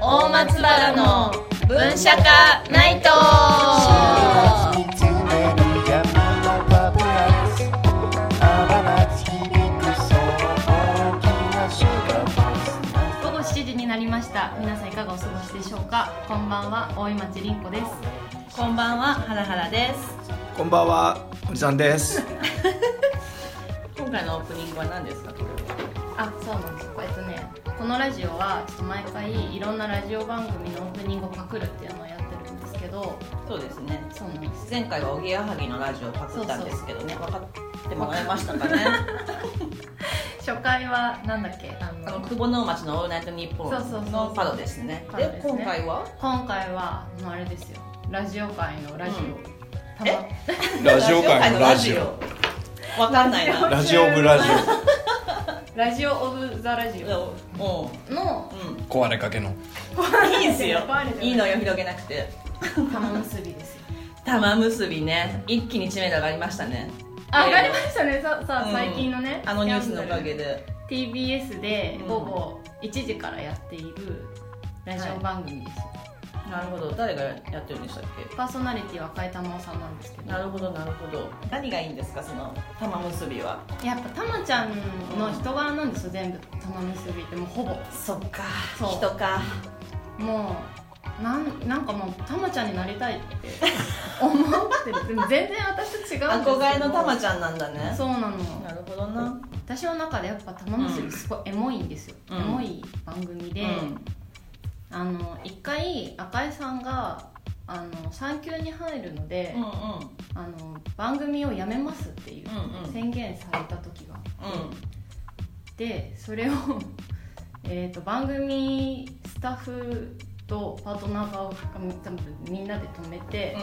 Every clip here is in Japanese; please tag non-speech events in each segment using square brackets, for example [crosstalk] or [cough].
大松原の文社化ナイト Thank 午後7時になりました皆さんいかがお過ごしでしょうかこんばんは大井町凛子ですこんばんは原原ですこんばんは、おじさんです。今回のオープニングは何ですかこれはあそうなんですえっとねこのラジオはちょっと毎回いろんなラジオ番組のオープニングをパクるっていうのをやってるんですけどそうですねそうなんです前回はおぎやはぎのラジオをパクったんですけどね分かってもらえましたかね [laughs] 初回はなんだっけあのあの久保能町の「オールナイトニッポンそうそうそう」のパロですねパロでですね今回は今回はあのあれですよラジオ界のラジオ、うんたまえラジオ界のラジオ。オわかんないなラジオブラジラジオオブザラジオものう [laughs] オ。壊れかけの。うんいいですよ壊れてないいいのよ広げなくて玉結び [laughs] ですよ玉結びね一気に知名度上がりましたねあえー上がりましたねささ、うん最近のねあのニュースのおかげで TBS でうん午後1時からやっているラジオ番組ですよ、なるほど誰がやってるんでしたっけパーソナリティは赤井玉緒さんなんですけどなるほどなるほど何がいいんですかその玉結びはやっぱ玉ちゃんの人柄なんですよ全部玉結びってもうほぼそっかそう人かもうなんなんかもう玉ちゃんになりたいって思ってるでも全然私と違うんですけど憧れの玉ちゃんなんだねそうなのなるほどな私の中でやっぱ玉結びすごいエモいんですよ、うんエモい番組で、うんあの一回赤井さんがあの産休に入るので、うんあの番組をやめますっていううんうん宣言された時があって、うんでそれを [laughs] えーと番組スタッフとパートナー側が多分みんなで止めて、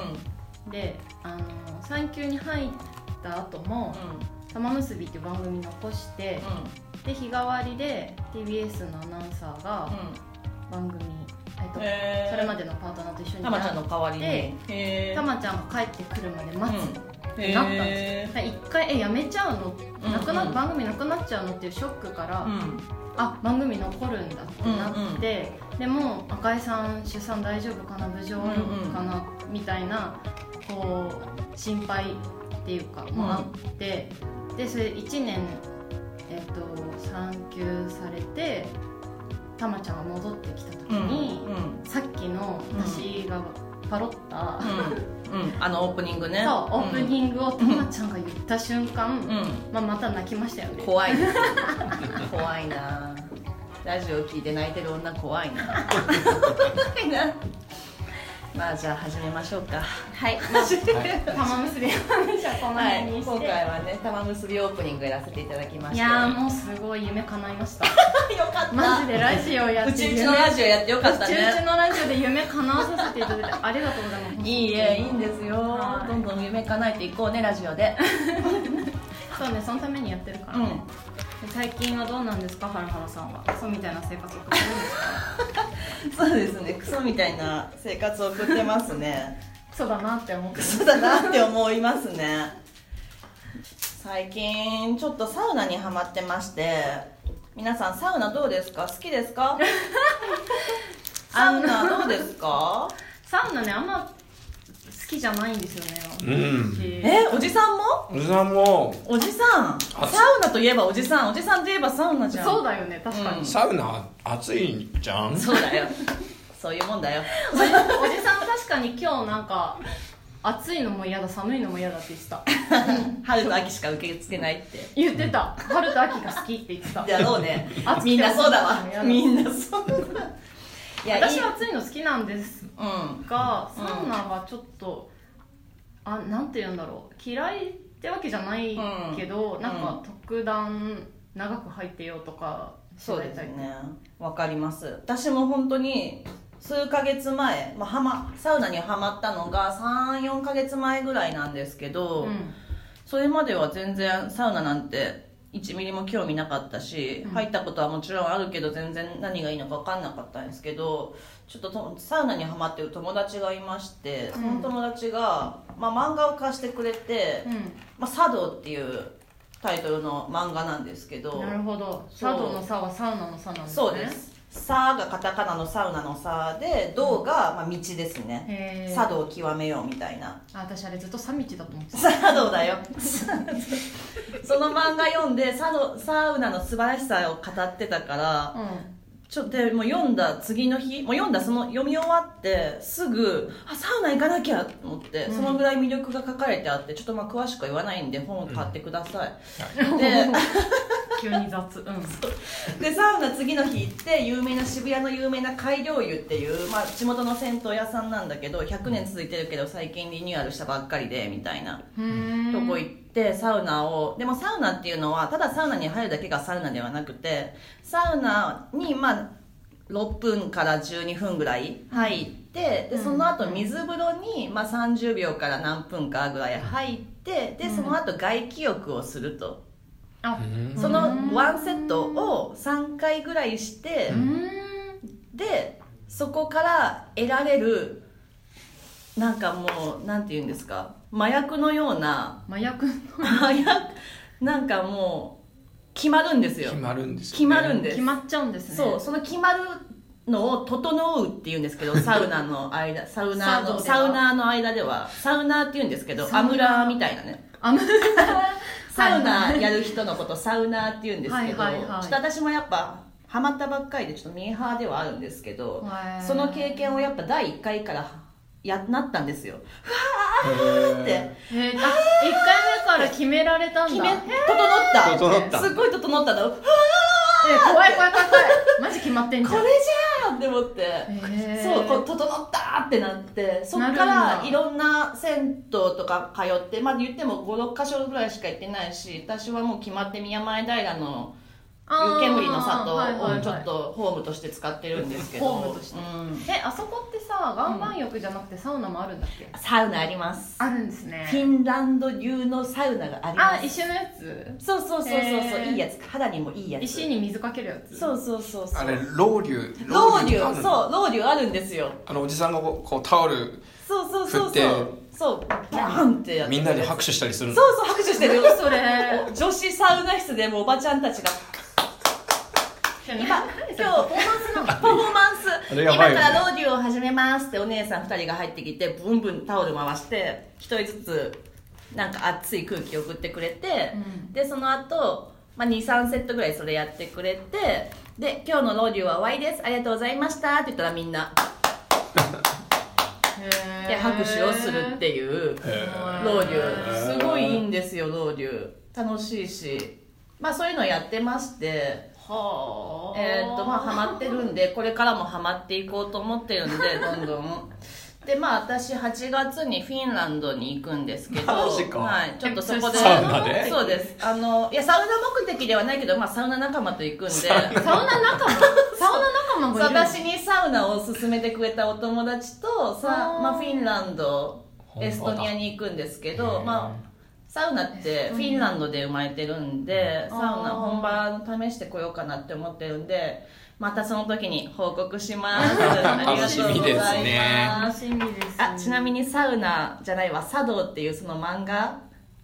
であの産休に入った後も「玉結び」っていう番組残して、で日替わりで TBS のアナウンサーが番組、えーとそれまででのパートナーと一緒に玉ちゃんの代わりにでへーたまちゃんが帰ってくるまで待つ、うんなったんへだから一回えやめちゃうの、うんなくなうん番組なくなっちゃうのっていうショックかーら、うんあ番組残るんだってなって、でも赤井さん出産大丈夫かな無情かな、みたいなこう心配っていうかもあって、でそれ1年、えっと産休されてたまちゃんが戻ってきた時うんに、うんさっきの私がパロった、うんうんあのオープニングねそうオープンニングをたまちゃんが言った瞬う間、んまあ、また泣きましたよね怖い怖いなラジオ聞いて泣いてる女怖いな怖いなまあじゃあ始めましょうかはい、まあ、玉結びの話はこのはい辺にして、今回はね玉結びオープニングやらせていただきまいしたやーもうすごい夢叶いま [laughs] したうよかったマジでラジオやうってちうちのラジジオやってよかったうちうちねのラジオで夢叶わさせていただいてありがとうございますいいえいいんですよ、はいどんどん夢叶えていこうねラジオでそうねそのためにやってるから、ねで最近はどうなんですかハラハラさんはクソみたいな生活を [laughs] 送ってるんですそかうですねクソみたいな生活を送ってますねクソだなって思ってクソだなって思いますね最近ちょっとサウナにはまってまして皆さんサウナどうですか好きです [laughs] かサウナどうですかサウナねあんま好きじゃないんですようねん私えおじさんもおじさんも、おじさんサウナといえばおじさんおじさんといえばサウナじゃんそうだよね確かに、うんサウナ暑いじゃん。そうだよそういうもんだよおじおじさん確かに今日なんか暑いのも嫌だ寒いのも嫌だって言って [laughs] た春と秋しか受け付けないって言ってた春と秋が好きって言ってただろうね [laughs] 暑くてみんなそうだ暑くてわもみんなそうだいや私いいは暑いの好きなんですうんがうんサウナはちょっと、あなんて言うんだろう嫌いってわけじゃないけど、んなんか特段長く入ってよとかそうですたりねわかります私も本当に数ヶ月前、まあ、はまサウナにはまったのが34ヶ月前ぐらいなんですけど、うんそれまでは全然サウナなんて1ミリも興味なかったし、うん入ったことはもちろんあるけど全然何がいいのか分かんなかったんですけどちょっととサウナにハマってる友達がいましてその友達が、まあ、漫画を貸してくれて「まあ、茶道」っていうタイトルの漫画なんですけうどん、なるほどそう茶道の差はサウナの差なんですねそうですサーがカタカナのサウナのサーで道が、まあ、道ですねへえ茶道を極めようみたいなあ私あれずっとサミチだと思ってた茶道 [laughs] だよその漫画読んでサドサウナの素晴らしさを語ってたからうちょっとでもう読んだ次の日もう読んだその読み終わってすぐあサウナ行かなきゃと思って、うんそのぐらい魅力が書かれてあってちょっとまあ詳しくは言わないんで本を買ってください、はいで [laughs] 急に雑うんでサウナ次の日行って有名な渋谷の有名な海涼湯っていう、まあ、地元の銭湯屋さんなんだけど100年続いてるけど最近リニューアルしたばっかりでみたいなうーんとこ行ってサウナをでもサウナっていうのはただサウナに入るだけがサウナではなくてサウナにまあ6分から12分ぐらい入ってでうんその後水風呂にまあ30秒から何分かぐらい入ってでうんその後外気浴をするとあうんそのワンセットを3回ぐらいしてうーんでそこから得られるなんかもうなんて言うんですか麻薬のような麻薬の早くなんかもう決まるんですよ決まるんですよね決まるんです決まっちゃうんですねそうその決まるのを「整う」って言うんです [laughs] けどサウナの間サウナのササウウナではナの間ではサウナーって言うんですけどサウアナムラーみたいなねあの [laughs] サウナやる人のことサウナーって言うんですけど、はいはいはいちょっと私もやっぱハマったばっかりでちょっとミーハーではあるんですけどへーその経験をやっぱ第1回からやなったんですよへってええー、あ1回目から決められたんだ決め整っえた整ったすごい整ったのー怖い怖い怖い怖いマジ決まってんじこゃんれじゃんって思って、へーそうこう整ったってなってそっかなるんらだいろんな銭湯とか通ってまあ言っても56箇所ぐらいしか行ってないし私はもう決まって宮前平の湯煙の里あーはいはいはをいちょっとホームとして使ってるんですけどホームとしてうんえあそこってさ岩盤浴じゃなくてサウナもあるんだっけ、サウナありますあるんですねフィンランド流のサウナがありまあす一緒のやつそうそうそうそうそうへーいいやつ肌にもいいやつ石に水かけるやつそうそうそうそうあれロウリュロウリあュるそうロウリュあるんですよあのおじさんがこうこうタオルそうそうそう振っそてうそうバンってやってみるんなで拍手したりするのそうそう拍手してる何それ女子サウナ室でもうおばちゃんたちが今今今日パフォーマンスのパフォーマンスあれ今やかばいよねらロウリュを始めますってお姉さん2人が入ってきてブンブンタオル回して1人ずつなんか熱い空気送ってくれて、うんでその後、まあ23セットぐらいそれやってくれてで今日のロウリュは終わりですありがとうございましたって言ったらみんなで拍手をするっていうへーロウリュすごいいいんですよロウリュ楽しいしまあそういうのやってましてはあえーっとまあハマってるんでこれからもハマっていこうと思ってるん [laughs] でどんどんでまあ私8月にフィンランドに行くんですけどマジかはい、ちょっとそこでサウナでそうですあのいやサウナ目的ではないけど、まあ、サウナ仲間と行くんでサウナ [laughs] 仲間サウナ仲間もいるの私にサウナを勧めてくれたお友達とさあーまあ、フィンランド本当だエストニアに行くんですけへど、ーまあ、サウナってフィンランドで生まれてるんでサウナあー本場の試してこようかなって思ってるんでまたその時に報告します [laughs] 楽しありがとみですねうございま楽すしみですあちなみにサウナじゃないわ「茶道」っていうその漫画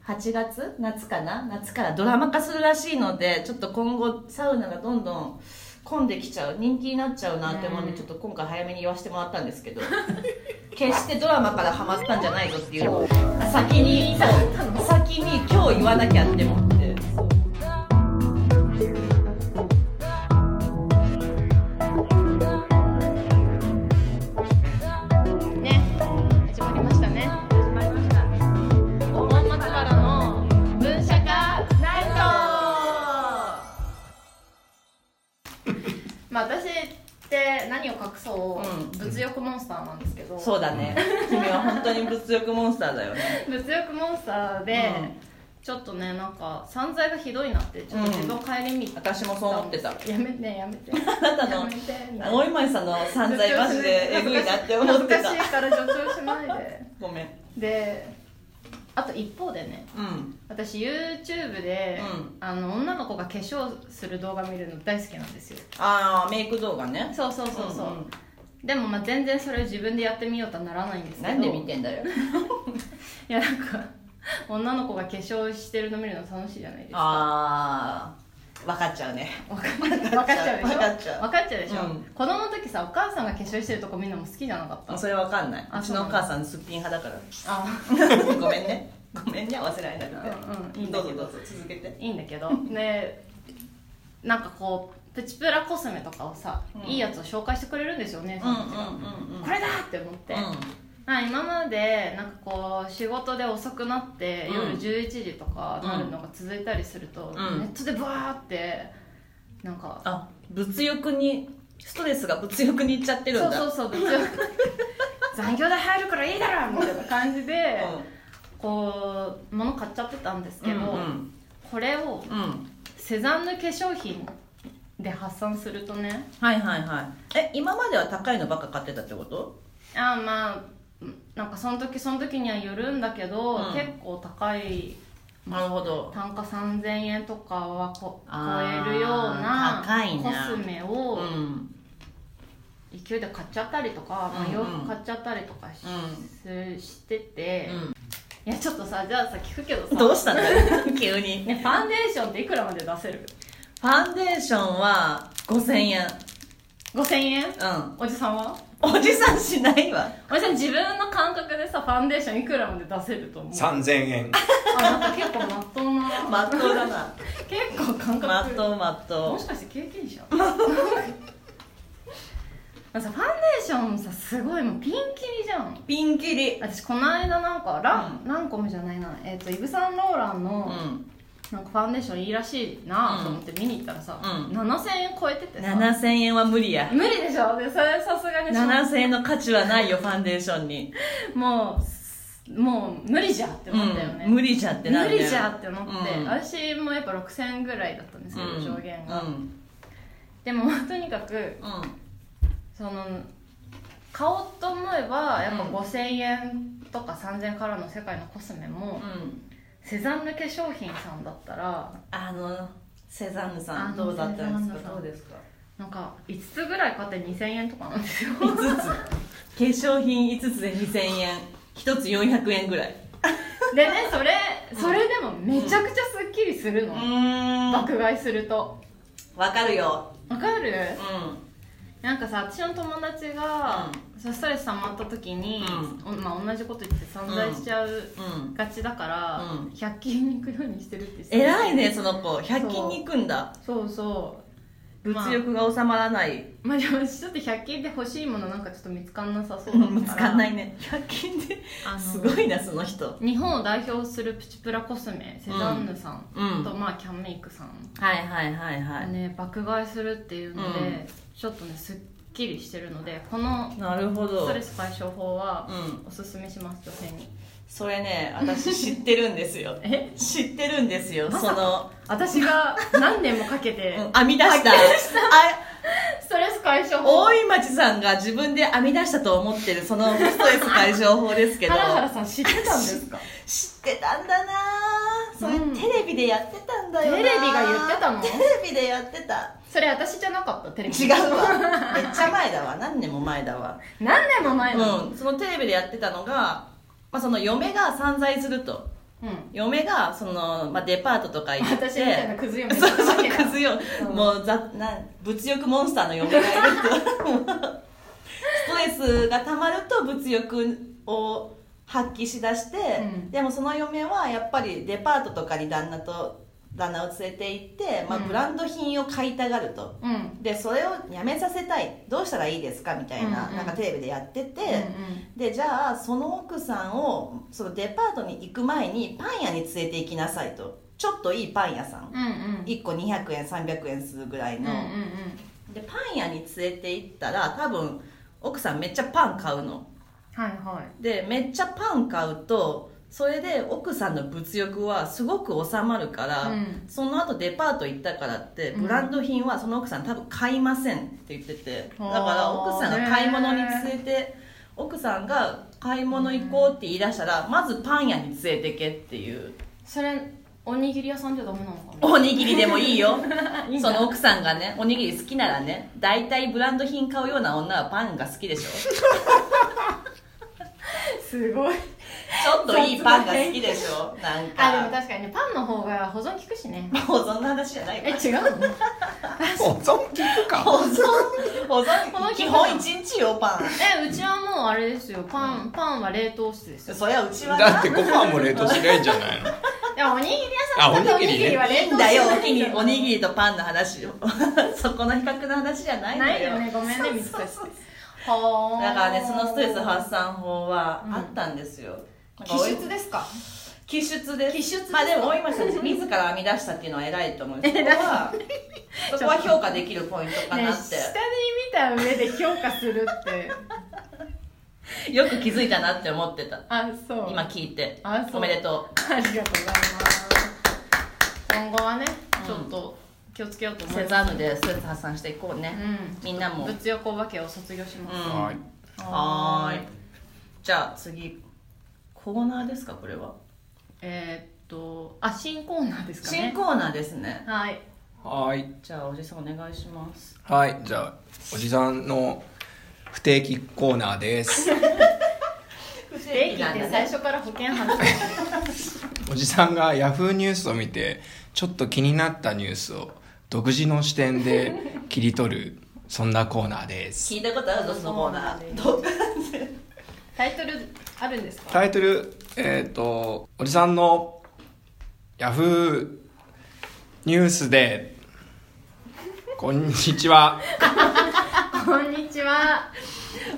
8月夏かな夏からドラマ化するらしいのでちょっと今後サウナがどんどん混んできちゃう人気になっちゃうなって思うんで、うんちょっと今回早めに言わせてもらったんですけど決してドラマからハマったんじゃないぞっていう先にそう先に今日言わなきゃって思って。ね始まりましたね始まりました大松原の文社化ナイトまあ私って何を隠そう、う物欲モンスターなんですけどそうだね君は本当に物欲モンスターだよね物欲モンスターで、うんちょっとねなんか散財がひどいなってちょっと自分を顧みた、私もそう思ってたやめてやめて [laughs] あなたやのめてみたいな大今井さんの散財マジでえぐいなって思ってた恥ずかしいから助長しないでごめんであと一方でねうん私 YouTube で、うんあの女の子が化粧する動画見るの大好きなんですよああメイク動画ねそうそうそうそう、うんうんでもまあ全然それを自分でやってみようとはならないんですけどなんで見てんだよい [laughs] やなんか女の子が化粧してるの見るの楽しいじゃないですかあ分かっちゃうね分か分かっちゃうでしょ分かっちゃう分かっちゃうでしょ、うん子供の時さお母さんが化粧してるとこ見るのも好きじゃなかったもうそれ分かんないあうちのお母さんすっぴん派だからあ [laughs] ごめんねごめんね合わせられなくて、うんうんいいんどだうぞけどどうぞ続けていいんだけどでなんかこうプチプラコスメとかをさ、うんいいやつを紹介してくれるんですよお姉うんさうんんたちが、うんうんこれだって思って、あ今までなんかこう仕事で遅くなってうん夜11時とかなるのが続いたりすると、うんネットでブワーってなんか、あ物欲にストレスが物欲にいっちゃってるそんうだそうそう別に残業代入るからいいだろみたいな感じで、こう物買っちゃってたんですけうど、んうんこれをうん、うん、セザンヌ化粧品で発散するとねはいはいはいえ今までは高いのばっか買ってたってことあーまあうんなんかその時その時にはよるんだけど、うん結構高いなるほど単価3000円とかはこ超あーえるような高いねコスメうをん勢いで買っちゃったりとか、まうんうあ、ん洋服買っちゃったりとかし,、してて、うんいやちょっとさじゃあさ聞くけどさどうしたんだよ [laughs] 急にね、ファンデーションっていくらまで出せるファンデーションは5000円 ?5000 円うんおじさんはおじさんしないわおじさん自分の感覚でさファンデーションいくらまで出せると思う3000円 [laughs] あなんか結構まっとうなまっとうだな結構感覚まっとうまっともうしかして経験者 [laughs] さファンデーションもさすごいもうピンキリじゃんピンキリ私この間なんかラ、う何個もじゃないなえっ、とイヴ・サンローランうのんなんかファンデーションいいらしいなと思って見に行ったらさ、うん7000円超えててさ7000円は無理や無理でしょでそれさすがに7000円の価値はないよファンデーションにもうすもう無理じゃって思ったよね、うん、無理じゃってなんだ無よ理じゃって思って、うん私もやっぱ6000円ぐらいだったんですけど、上限が、うんでもとにかくうその買おうと思えばやっぱうん5000円とか3000円からの世界のコスメも、ん、うん、セザンヌ化粧品さんだったらあのセザンヌさあんのどうだったんですセザンヌかさんどうですかなんか5つぐらい買って2000円とかなんですよ5つ化粧品5つで2000円1つ400円ぐらい [laughs] でねそれそれでもめちゃくちゃすっきりするの、んわ爆買いするとかるよわかるうなんかさ私の友達が、そうストレス溜まった時に、おまあ、同じこと言って散財しちゃう、んうんがちだから、うん100均に行くようにしてるって偉いねその子100均に行くんだそうそう物欲が収まらない、まあでもちょっと100均で欲しいものなんかちょっと見つかんなさそうだから [laughs] 見つかんないね100均であのすごいなその人日本を代表するプチプラコスメセザンヌさんうんと、まあキャンメイクさん、はいはいはいはい、ね爆買いするっていうので、うんちょっとねすっきりしてるのでこのなるほどストレス解消法はうんおすすめします女性にそれね私知ってるんです [laughs] よえ知ってるんですよまそさかの、私が何年もかけてうん編み出したあストレス解消法大井町さんが自分で編み出したと思ってるそのストレス解消法ですけ [laughs] どハラハラさん知ってたんです [laughs] か知ってたんだなぁそれ、うんテレビでやってたんだよなぁテレビが言ってた [laughs] のテレビでやってたそれ私じゃなかったテレビ違うわめっちゃ前だわ何年も前だわ何年も前のうんそのテレビでやってたのが、まあ、その嫁が散財するとうん、嫁がその、まあ、デパートとか行って私みたいなクズ嫁そうだったそわうけだクズよ、うんもうざな物欲モンスターの嫁がいるとストレスがたまると物欲を発揮しだして、うんでもその嫁はやっぱりデパートとかに旦那と旦那を連れて行って、まあ、うんブランド品を買いたがると、うん、うんでそれをやめさせたいどうしたらいいですかみたいな,、うんうんなんかテレビでやってて、うんでじゃあその奥さんをそのデパートに行く前にパン屋に連れて行きなさいとちょっといいパン屋さんうんうん1個200円300円するぐらいの、うんうんうんでパン屋に連れて行ったら多分奥さんめっちゃパン買うのはいはでめっちゃパン買うとそれで奥さんの物欲はすごく収まるから、うんその後デパート行ったからってブランド品はその奥さん多分買いませんって言ってて、うんだから奥さんが買い物に連れて奥さんが買い物行こうって言い出したら、まずパン屋に連れてけっていうそれおにぎり屋さんじゃダメなのかおにぎりでもいいよな [laughs] あいいんそだの奥さんがねおにぎり好きならね大体ブランド品買うような女はパンが好きでしょすごいちょっといいパンが好きでしょなんあでもか確かにねパンの方が保存効くしね保存の話じゃない [laughs] えか違うの保存聞く保か存保保存存基本一日よパンえうちはもうあれですよパン、パンは冷凍室ですよそりゃうちはだっなてご飯も冷凍しないんじゃないのでもおにぎり屋さんだとあおにぎりねは冷いい凍室んだよおにぎりおにぎりとパンの話よ [laughs] そこの比較の話じゃないんなだいよよねごめんね三つ星だかはらねそのストレス発散法はあったんですよ、なんかおい気質ですか気質です気質ですまあでも大今さん自ら編み出したっていうのは偉いと [laughs] 思うそこはそこは評価できるポイントかねなっ下て、に見た上で評価するってよく気づいたなって思ってたあそう今聞いてあそうおめでとありがとうございます今後はねちょっと気をつけようとう思いせまざするでストレス発散していこうね、うみんなもん物欲お化けを卒業します、うんはいはーいじゃあ次コーナーですかこれは、えーっとあ新コーナーですか新ねコーナーですねはいはいじゃあおじさんお願いしますはいじゃあおじさんの不定期コーナー [laughs] です不定期って最初から保険外すおじさんがヤフーニュースを見てちょっと気になったニュースを独自の視点で切り取るそんなコーナーです聞いたことあるぞそのコーナーどタイトルあるんです [laughs] かタイトルえっ、とおじさんのヤフーニュースでこんにちはこんにちは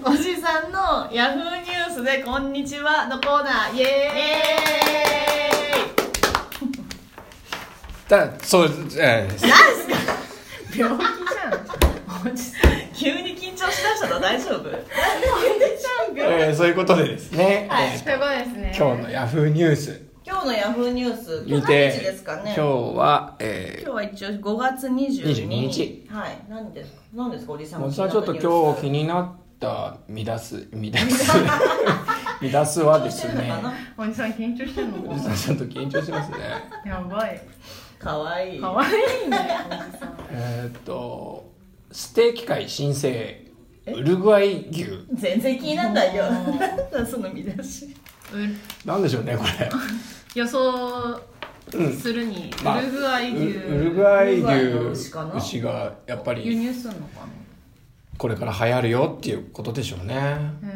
おじさんのヤフーニュースでこんにちはのコーナーイエーイだそうえー病気じゃんおじさん急に緊張しだしたの大丈夫えーそういうことでですね、えーそういうことですね今日のヤフーニュース今日のヤフーニュース今見日何日てですかね今日は、え今日は一応5月22 22日はい何ですか何ですかおじさんー、のおじさんちょっと今日気になった見出す見出す見出すは緊張でしてするの [laughs] ねかなおじさん緊張してるのおじさんちょっと緊張しますねやばいかわいい可愛いねおじさんえーっとステーキ会申請ウルグアイ牛全然気にならないよ [laughs] その見出しうなんでしょうねこれ予想うんするに、まあウルグアイウ牛ウルグアイウルグアイの牛牛かな牛がやっぱ輸り入するのかこれから流行るよっていうことでしょうね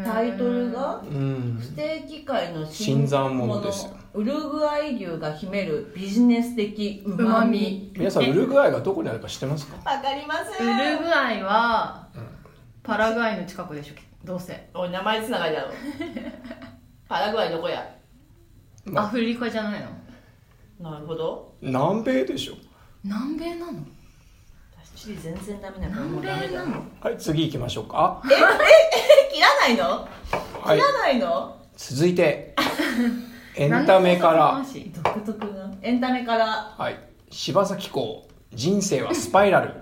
なタイトルがうんステーキ界の新参者ですよウルグアイ牛が秘めるビジネス的ううままみみ皆さんウルグアイがどこにあるか知ってますかわかりまウせルんグアイはパラグアイの近くでしょどうせおい名前つながり [laughs] だろパラグアイどこやまあアフリカじゃないのなるほど南米でしょ南米なの私チリ全然ダメだからも南うダメ米だなのはい次行きましょうか切らないのはい切らないの続いてエンタメから独特なエンタメからはい柴咲コウ人生はスパイラル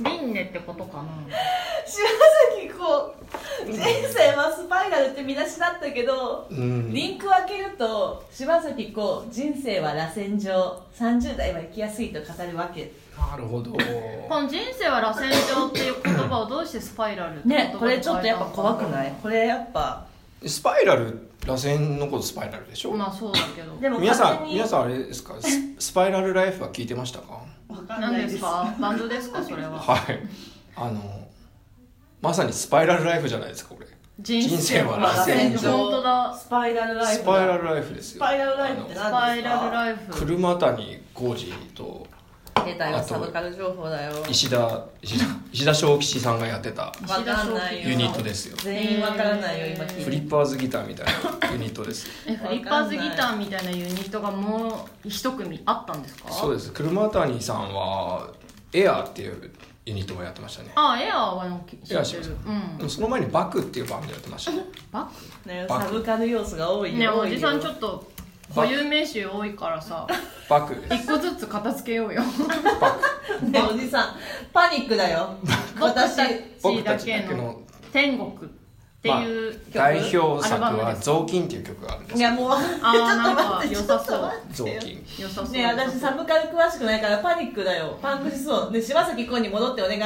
輪廻ってことかな [laughs] 柴咲コウ人生はスパイラルって見出しだったけど、うんリンクを開けると柴咲コウ人生は螺旋状30代は生きやすいと語るわけなるほどこの人生は螺旋状っていう言葉をどうしてスパイラルって言葉ねこれちょっとやっぱ怖くないいこれやっぱスパイラル螺旋のことスパイラルでしょまあそうだけどでも皆さ完ん全に皆さんあれで [laughs] すかススパイラルライフは聞いてましたかわかん何ないですかバンドですかそれははいあのまさにスパイラルライフじゃないですかこれ人生は螺旋状本当だスパイラルライフスパイラルライフですよスパイラルライフって何ですあかスパイラルライのフ車谷浩二と出たよサブカル情報だよ石田石田石田正吉さんがやってたわかんないよユニットですよ全員わからないよ今聞いてフリッパーズギターみたいなユニットですよえフリッパーズギターみたいなユニットがもう一組あったんですかそうです車谷さんはエアーっていうユニットもやってましたねあエアーはなんか知エアーっしてまるすうんでもその前にバクっていうバンドやってましたねバねサブカル要素が多ッいクねよおじさんちょっっと固有名詞多いか [laughs] らさバクです一個ずつ片付けようよバクとねおじさんパニックだよ私僕たちだけの天国っていう曲、代表作アルバムはで「す雑巾」っていう曲があるんでいすやもう [laughs] ちょっとあーなん待かって良ちょっさとそう待って雑巾良さそうね私サブカル詳しくないからパニックだよパンクしそうね柴咲コウに戻ってお願い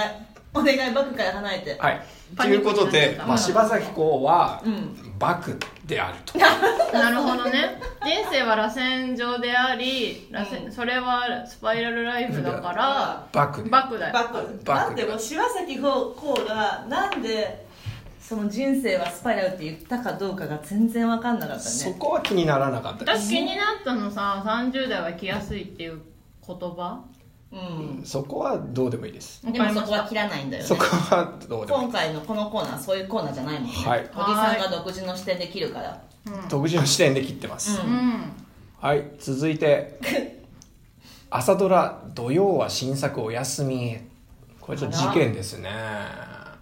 お願いバックから離れてはいとパニいッうクこになっちゃったとで、まあ、柴咲コウはうんバクであるとなるほどね人生は螺旋状であり螺旋、うんそれはスパイラルライフだからバクバクだよバクバなクんでも柴咲コウがなんでその人生はスパイラルって言ったかどうかが全然分かんなかったねそこは気にならなかったです私気になったのさ30代は来やすいっていう言葉うんそこはどうでもいいですわでかもりそましこはた切らないんだよねそこはどうでもいい今回のこのコーナーそういうコーナーじゃないもんね、はいおじさんが独自の視点で切るから独自の視点で切ってます、うん、うんはい続いて朝ドラ「土曜は新作お休み」これちょっと事件ですね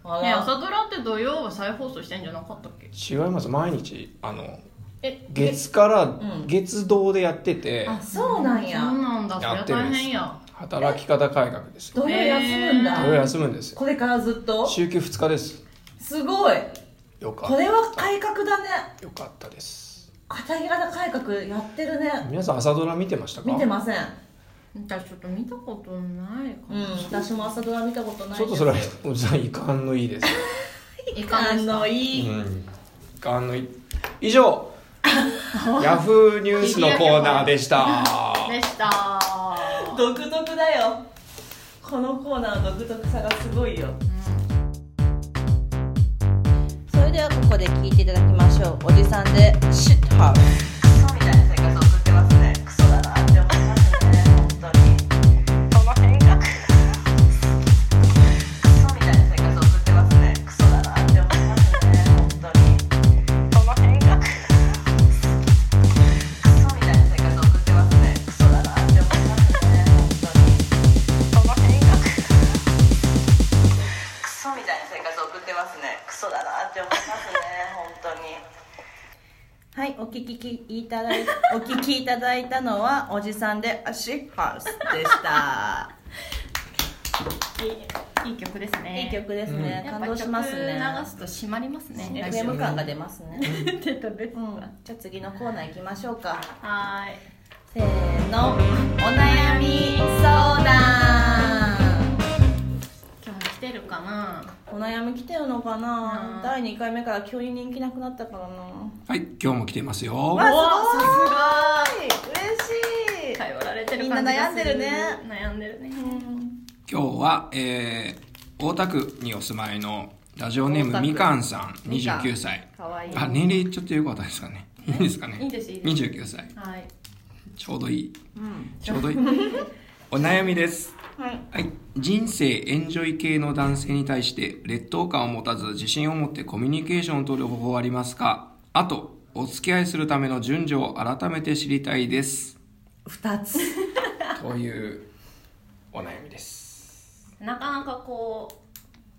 あね、ら朝ドラって土曜は再放送してんじゃなかったっけ違います毎日あのえ月からん月堂でやってて、あそうなんそうやなんだそやっりてゃる大んで変すや働き方改革です土曜休むん土だ、曜休むんですよこれからずっと週休2日ですすごいよかこれは改革だねよかったです片平改革やってるね皆さん朝ドラ見てましたか見てません私ちょっと見たことないかうも、ん私も朝ドラ見たことないちょっとそれはおじさん遺憾のいいです、いかん感でのういい、ん、遺憾のいい以上 [laughs] ヤフーニュースのコーナーでしたした [laughs] 独特だよこのコーナーの独特さがすごいよそれではここで聞いていただきましょうおじさんでシットハウスクソみたいな生活送ってますねクソだなって思いますね本当にこの変化クソみたいな生活送ってますねクソだなって思いますね本当にこの変化クソみたいな生活送ってますねクソだなって思いますね本当にこの変化クソみたいな生活を送ってますねクソだなって思いますね本当にはいお聞きいただいお聞きいただいたのはおじさんでアシッハウスでした [laughs] いいいい曲ですねいい曲ですね、やっぱ感動しますね曲流すと締まりますね FM 感が出ますね、 [laughs] 出た出たうん、じゃあ次のコーナー行きましょうかはーいせーのお悩み相談今日も来てるかなお悩み来てるのかな、うん第2回目から急に人気なくなったからなはい今日も来てますよおーさすごい嬉しい頼られてるみんな感じが悩すんでるね悩んでるね今日は、えー大田区にお住まいのラジオネー大田ム区みかんさんみかん29歳かわいいあ年齢ちょっとよくわかんないですかねいいんですかねいいですいいで29歳はいちょうどいい、ちょう [laughs] どいいお悩みですはいはい、人生エンジョイ系の男性に対して劣等感を持たず自信を持ってコミュニケーションを取る方法はありますかあとお付き合いするための順序を改めて知りた [laughs] いです2つというお悩みですなかなかこ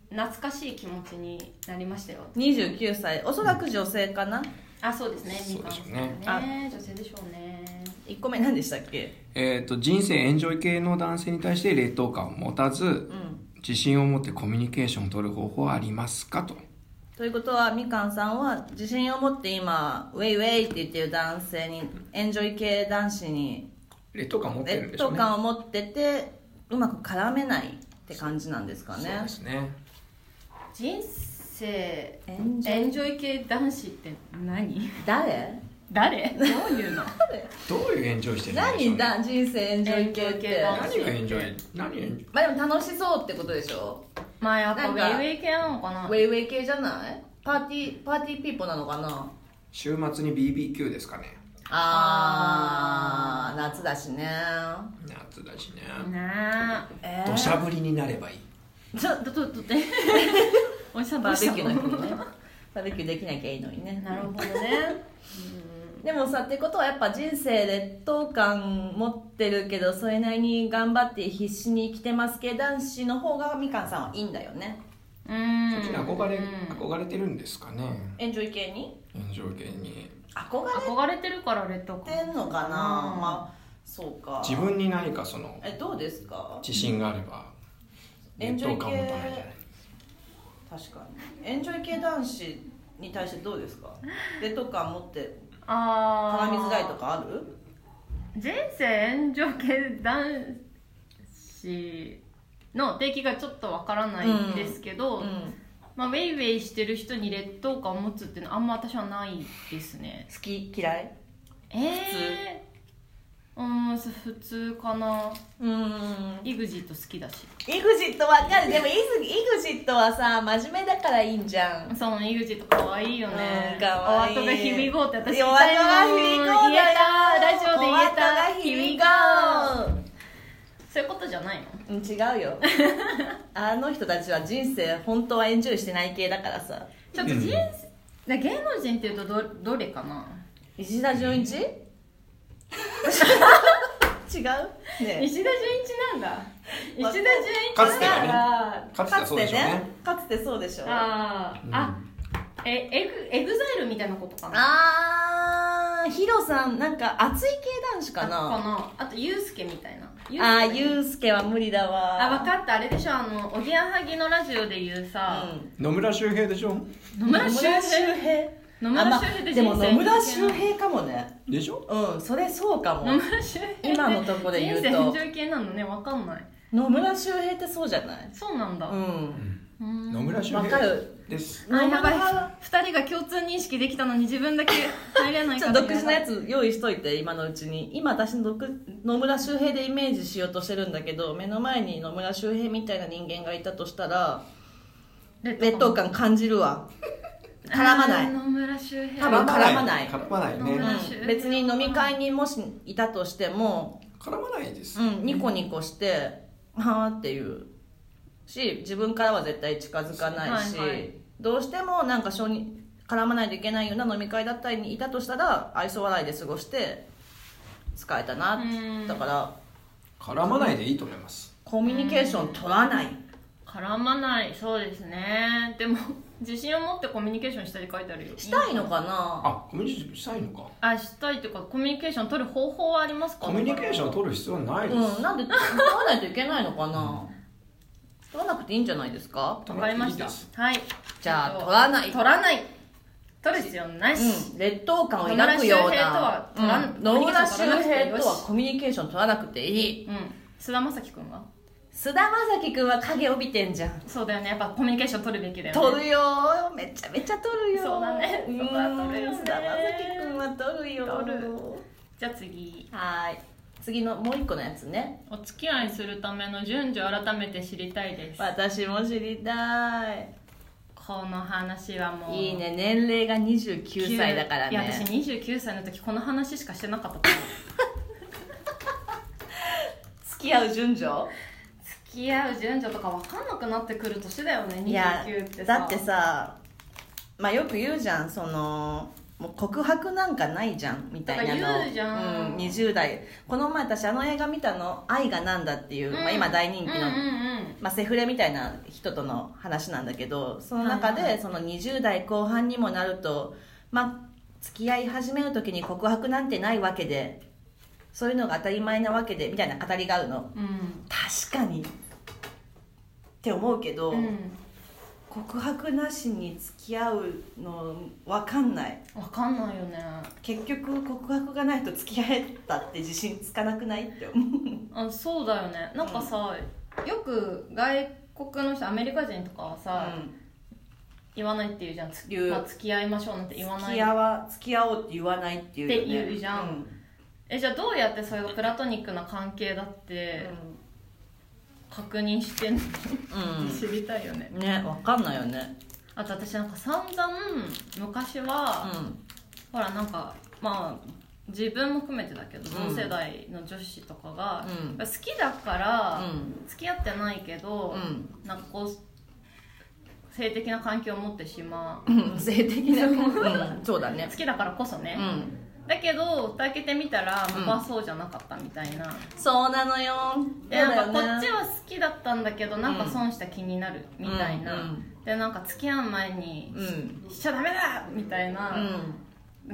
う懐かしい気持ちになりましたよ29歳おそらく女性かなあそうですねそうでしょうねみかんさんね女性でしょうね1個目何でしたっけえっ、と人生エンジョイ系の男性に対して劣等感を持たずうん自信を持ってコミュニケーションを取る方法はありますかとということはみかんさんは自信を持って今ウェイウェイって言ってる男性にエンジョイ系男子に劣等感を持ってるん劣でしょ等うね感を持っててうまく絡めないって感じなんですかそうねですね人生エンジョイエンジョイ系男子って何 [laughs] 誰誰どうい [laughs] うのどういうエンジョイしてるんでしょ何う、ね、だ人生エンジョイ系っエンジョイ系て男子何がエンジョイ何エンジまあでも楽しそうってことでしょまあやっぱなんウかェイウェイ系なのかウなェイウェイ系じゃないパーティーパーティーピーポーなのかな週末に BBQ ですかねあー夏だしね夏だしねなあえ土砂降りになればいいちょっとちょっと [laughs] 待っておじさんどバうーしたベキューの日に [laughs] のねバーベキューできなきゃいいのにねなるほどねでもさってことはやっぱ人生劣等感持ってるけどそれなりに頑張って必死に生きてます系男子の方がみかんさんはいいんだよねうんそっちに憧れ、うん憧れてるんですかねエンジョイ系にエンジョイ系に憧れ憧れてるから劣等て感んのかなまあそうか自分に何かそのえどうですか自信があればエンジョイ系劣等感を持たないじゃない確かにエンジョイ系男子に対してどうですか劣等感持ってああ絡みづらいとかある人生炎上系男子の定義がちょっとわからないんですけど、うんまあ、ウェイウェイしてる人に劣等感を持つっていうのはあんま私はないですね好き嫌いええー、うんそう普通かなうーん EXIT 好きだし EXIT はかるでも EXIT はさ真面目だからいいんじゃんその EXIT かわいいよねうんかわいいお後が響こうって私お後が響こうだよ言えたラジオで言えおた後が響こうそういうことじゃないのうん違うよあの人たちは人生本当はエンジョイしてない系だからさちょっと人生、芸能人っていうとどどれかな石田純一 [laughs] 違うね石田純一なんだ石田純一かつてだはかねらかつてはそうでしょうねかつてそうでしょああー、あえエグエグザイルみたいなことかなあーヒロさんなんか熱い系男子かなあとユウスケみたいなああユユうウスケスケは無理だわあ分かったあれでしょあのおぎやはぎのラジオで言うさ、うん野村周平でしょ野村周平平野あま村あ周平ってでも人生野に関係ない村周平かもねでしょうんそれそうか野も村周平って今のとこで言うと人生返上系なのね分かんない野村周平ってそうじゃないそうなんだ、ううんーん、野村周わか平るですあやばい野村2人が共通認識できたのに自分だけ入れないちょかっらと独自のやつ用意しといて今のうちに今私の独野村周平でイメージしようとしてるんだけど目の前に野村周平みたいな人間がいたとしたら劣等感感じるわ絡まなあーい野村周平多分絡まない絡まない野村ね周う平ん、別に飲み会にもしいたとしても絡まないですうん、ニコニコして「はあ」っていうし自分からは絶対近づかないし、はいはいどうしてもなんか性に絡まないといけないような飲み会だったりにいたとしたら愛想笑いで過ごして使えたなうんだから絡まないでいいと思いますコミュニケーション取らない絡まないそうですねでも [laughs] 自信を持ってコミュニケーションしたり書いてあるよしたいのかなあコミュニケーションしたいのかあしたいっていうかコミュニケーション取る方法はありますかコミュニケーションを取る必要はないです、うんなんで取らないといけないのかな取らなくていいんじゃないですかわかりましたいいですはいじゃあえっと取らない取らない取る必要なし、うん、劣等感を抱くような野野村村周周平平ととははコミュニケーション取らなくていいうん菅田将暉君は菅田将暉君は影帯びてんじゃんそうだよねやっぱコミュニケーション取るべきだよね取るよめちゃめちゃ取るよそうだねうんそこは取るよね菅田将暉君は取るよ取るじゃあ次はーい次のもう一個のやつねお付き合いするための順序を改めて知りたいですこ私も知りたいの話はもういいいね年齢が29歳だからいや私ね29歳の時この話しかしてなかったと思う付き合う順序付き合う順序とか分かんなくなってくる年だよねいや29ってさだってさまあよく言うじゃんそのもう告白なんかないじゃんみたいなだからの言うじゃんうん、20代この前私あの映画見たの「愛がなんだ」っていう、うんまあ、今大人気の、うんうんまあ、セフレみたいな人との話なんだけどその中はいはでその20代後半にもなるとまあ付き合い始める時に告白なんてないわけでそういうのが当たり前なわけでみたいな語りがあるのうんうん確かにって思うけど、うん告白なしに付き合うの分かんない分かんないよね結局告白がないと付き合えたって自信つかなくないって思うあそうだよねなんかさ、よく外国の人アメリカ人とかはさ、言わないって言うじゃんつ言うまあ付き合いましょうなんて言わな付いき合わ付き合おうって言わないっていうよ、ね、って言うじゃんえじゃあどうやってそういうプラトニックな関係だって確認してんの、うん、知りたいよねうん、ね分かんないよねあと私なんか散々昔うは、んほらなんかまあ自分も含めてだけど、うん同世代の女子とかが、うん好きだから、うん付き合ってないけど、う、なんかこう性的な環境を持ってしまう [laughs] ん性的な、うん、そうだね好きだからこそうね、んだけど蓋開けてみたらうん僕はそうじゃなかったみたいな、そうなのよでなんかそうこだよっねちは好きだったんだけどなんか損した気になるみたいな、うんでなんか付き合う前にうんしちゃダメだみたいうなん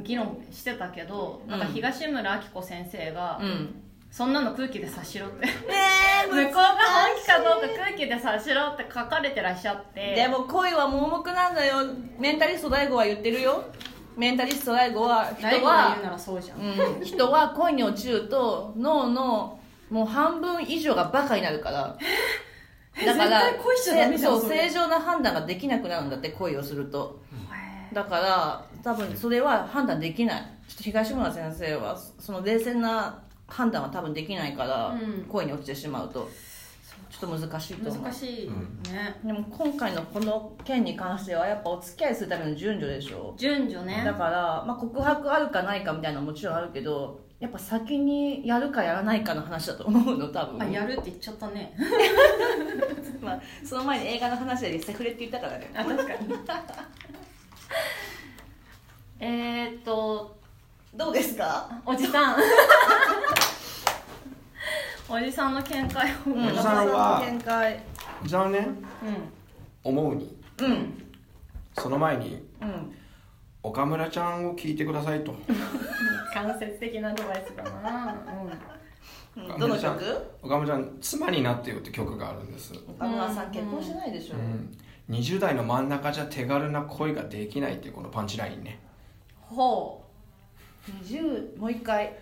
議論してたけど、うんなんか東村明子先生が、うんそんなの空気で察し [laughs] ろってねえ向こうが本気かどうか空気で察しろって書かれてらっしゃってでも恋は盲目なんだよメンタリスト大悟は言ってるよメンタリスト大悟は人誰が言うは、ならそうじゃん、うん、人は恋に落ちると脳のもう半分以上がバカになるからだから絶対恋しちゃダメじゃんせそそうれ正常な判断ができなくなるんだって恋をするとだから多分それは判断できないちょっと東村先生はその冷静な判断は多分できないから、うん恋に落ちてしまうとちょっと難しいと思う難しいね、でも今回のこの件に関してはやっぱお付き合いするための順序でしょ順序ねだから、まあ、告白あるかないかみたいなのもちろんあるけどやっぱ先にやるかやらないかの話だと思うの多分あやるって言っちゃったねまあ、その前に映画の話でセフレって言ったからねあ確かに [laughs] えーっとどうですかおじ [laughs] さんおじさんの見解を、うんおじさんは見解じゃあね思うにうんその前にうん岡村ちゃんを聞いてくださいと間接的なアドバイスかな、どの曲岡村ちゃん「妻になってよ」って曲があるんです、岡村さん結婚してないでしょ、うん、20代の真ん中じゃ手軽な恋ができないっていうこのパンチラインねほ20もう一回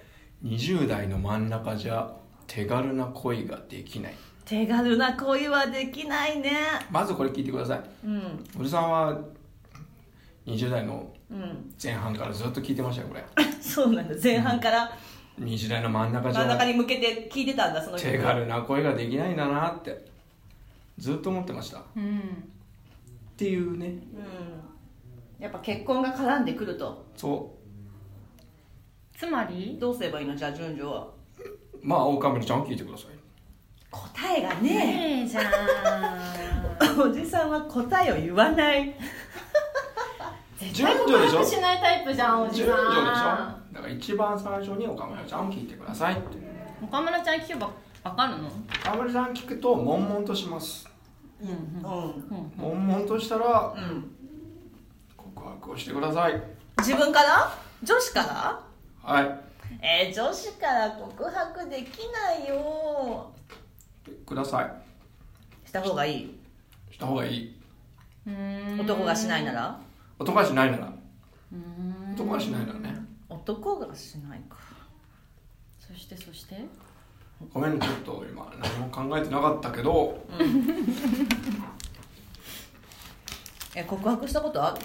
20代の真ん中じゃ手軽な恋ができない手軽な恋はできないねまずこれ聞いてくださいうんおじさんは20代のうん [laughs] 前半からずっと聞いてましたよこれそうなんだ前半から20代の真ん中じ真ん中ゃに向けて聞いてたんだその曲手軽な恋ができないんだなってずっと思ってましたっううんていうねうんやっぱ結婚が絡んでくるとそつまりどうすればいいのじゃあ順序はうまあ岡村ちゃんを聞いてください答えがねねえじゃんおじさんは答えを言わない順序でしょ告白しないタイプじゃんおじ順さん序でしょだから一番最初に岡村ちゃんを聞いてくださいって岡村ちゃん聞けばわかるの岡村ちゃん聞くと悶々としますうんううんん悶々としたらうん告白をしてください自分から女子からはいえー、女子から告白できないよくださいした方がいいした方がいいうーん男がしないなら男はしないならうーん男はしないならね男がしないかそしてそしてごめんちょっと今何も考えてなかったけどえ告白したことある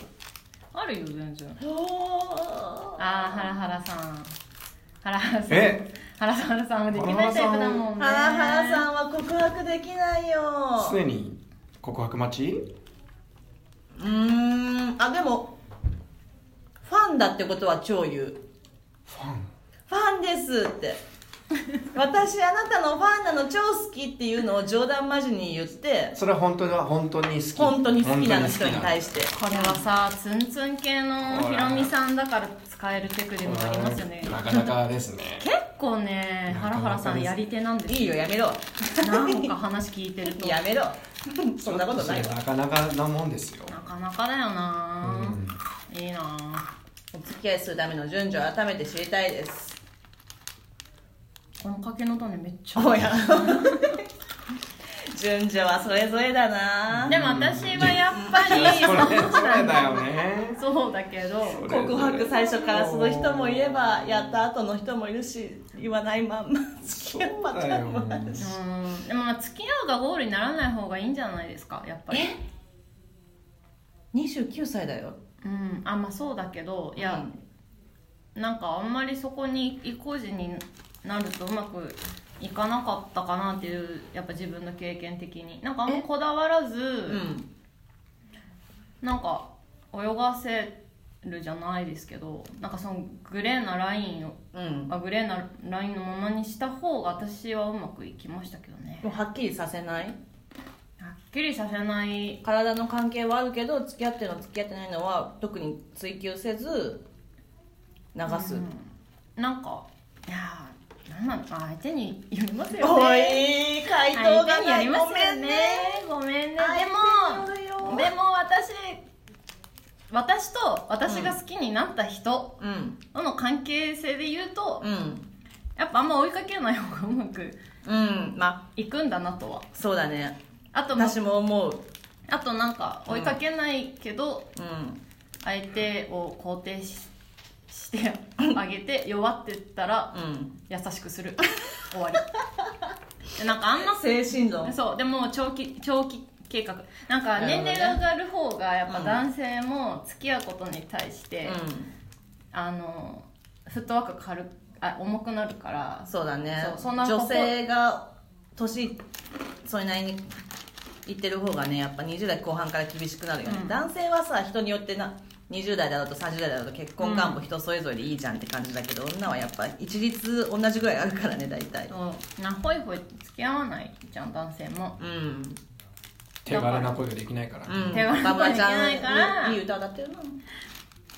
あるよ全然あああハラハラさんハラハラさんえハラハラさんはできないタイプだもんねハラハラんさんは告白できないよすでに告白待ちうーんあでもファンだってことは超言うファンファンですって私あなたのファンなの超好きっていうのを冗談交じりに言ってそれは本当だ本当に好き本当に好きなの人に本対してこれはさツンツン系のひろみさんだから使えるテクで当もに好きありなのますよねなかなかですね結構ねハラハラさんやり手なんですいいよやめろなんか話聞いてるとやめろそんなことないわなかなかなもんですよなかなかだよな、いいなお付き合いするための順序を改めて知りたいですこのかけの種めっちゃおや [laughs] 順序はそれぞれだなでも私はやっぱり [laughs] それそれだよねそうだけど告白最初からその人もいればやった後の人もいるし言わないまんま付き合うパターンもあるしうんでもまあ付き合うがゴールにならない方がいいんじゃないですかやっぱり29歳だようんあまあそうだけどいや、なんかあんまりそこに意固地になるとうまくいかなかったかなっていうやっぱ自分の経験的になんかあんまこだわらず、うんなんか泳がせるじゃないですけどなんかそのグレーなラインをうんあグレーなラインのままにした方が私はうまくいきましたけどねもうはっきりさせないはっきりさせない体の関係はあるけど付き合ってるの付き合ってないのは特に追求せず流す、なんかいやーなんなんか相手にやりますよおねい回答相手がにやないりますよごめんねねごめんねで相手によるもよでも私私と私が好きになった人うんとの関係性で言うと、うんやっぱあんま追いかけない方がうまくうんまあいくんだなとはそうだねあとま私も思うあとなんか追いかけないけど、うん相手を肯定ししてあげて弱ってったらうん優しくする終わり [laughs] なんかあんま精神論そうでも長期長期計画なんか年齢が上がる方がやっぱ男性も付き合うことに対して、あのフットワーク軽くあ重くなるからそうだねそうそんな女性が年それなりにいってる方がねやっぱ20代後半から厳しくなるよね、うん男性はさ人によってな20代だろうと30代だろうと結婚願望人それぞれでいいじゃんって感じだけど、女はやっぱ一律同じぐらいあるからね大体そうなホイホイ付き合わないじゃん男性もうん手軽な恋ができないから、うん手軽なこといけないかばらばちゃんいい歌歌ってるな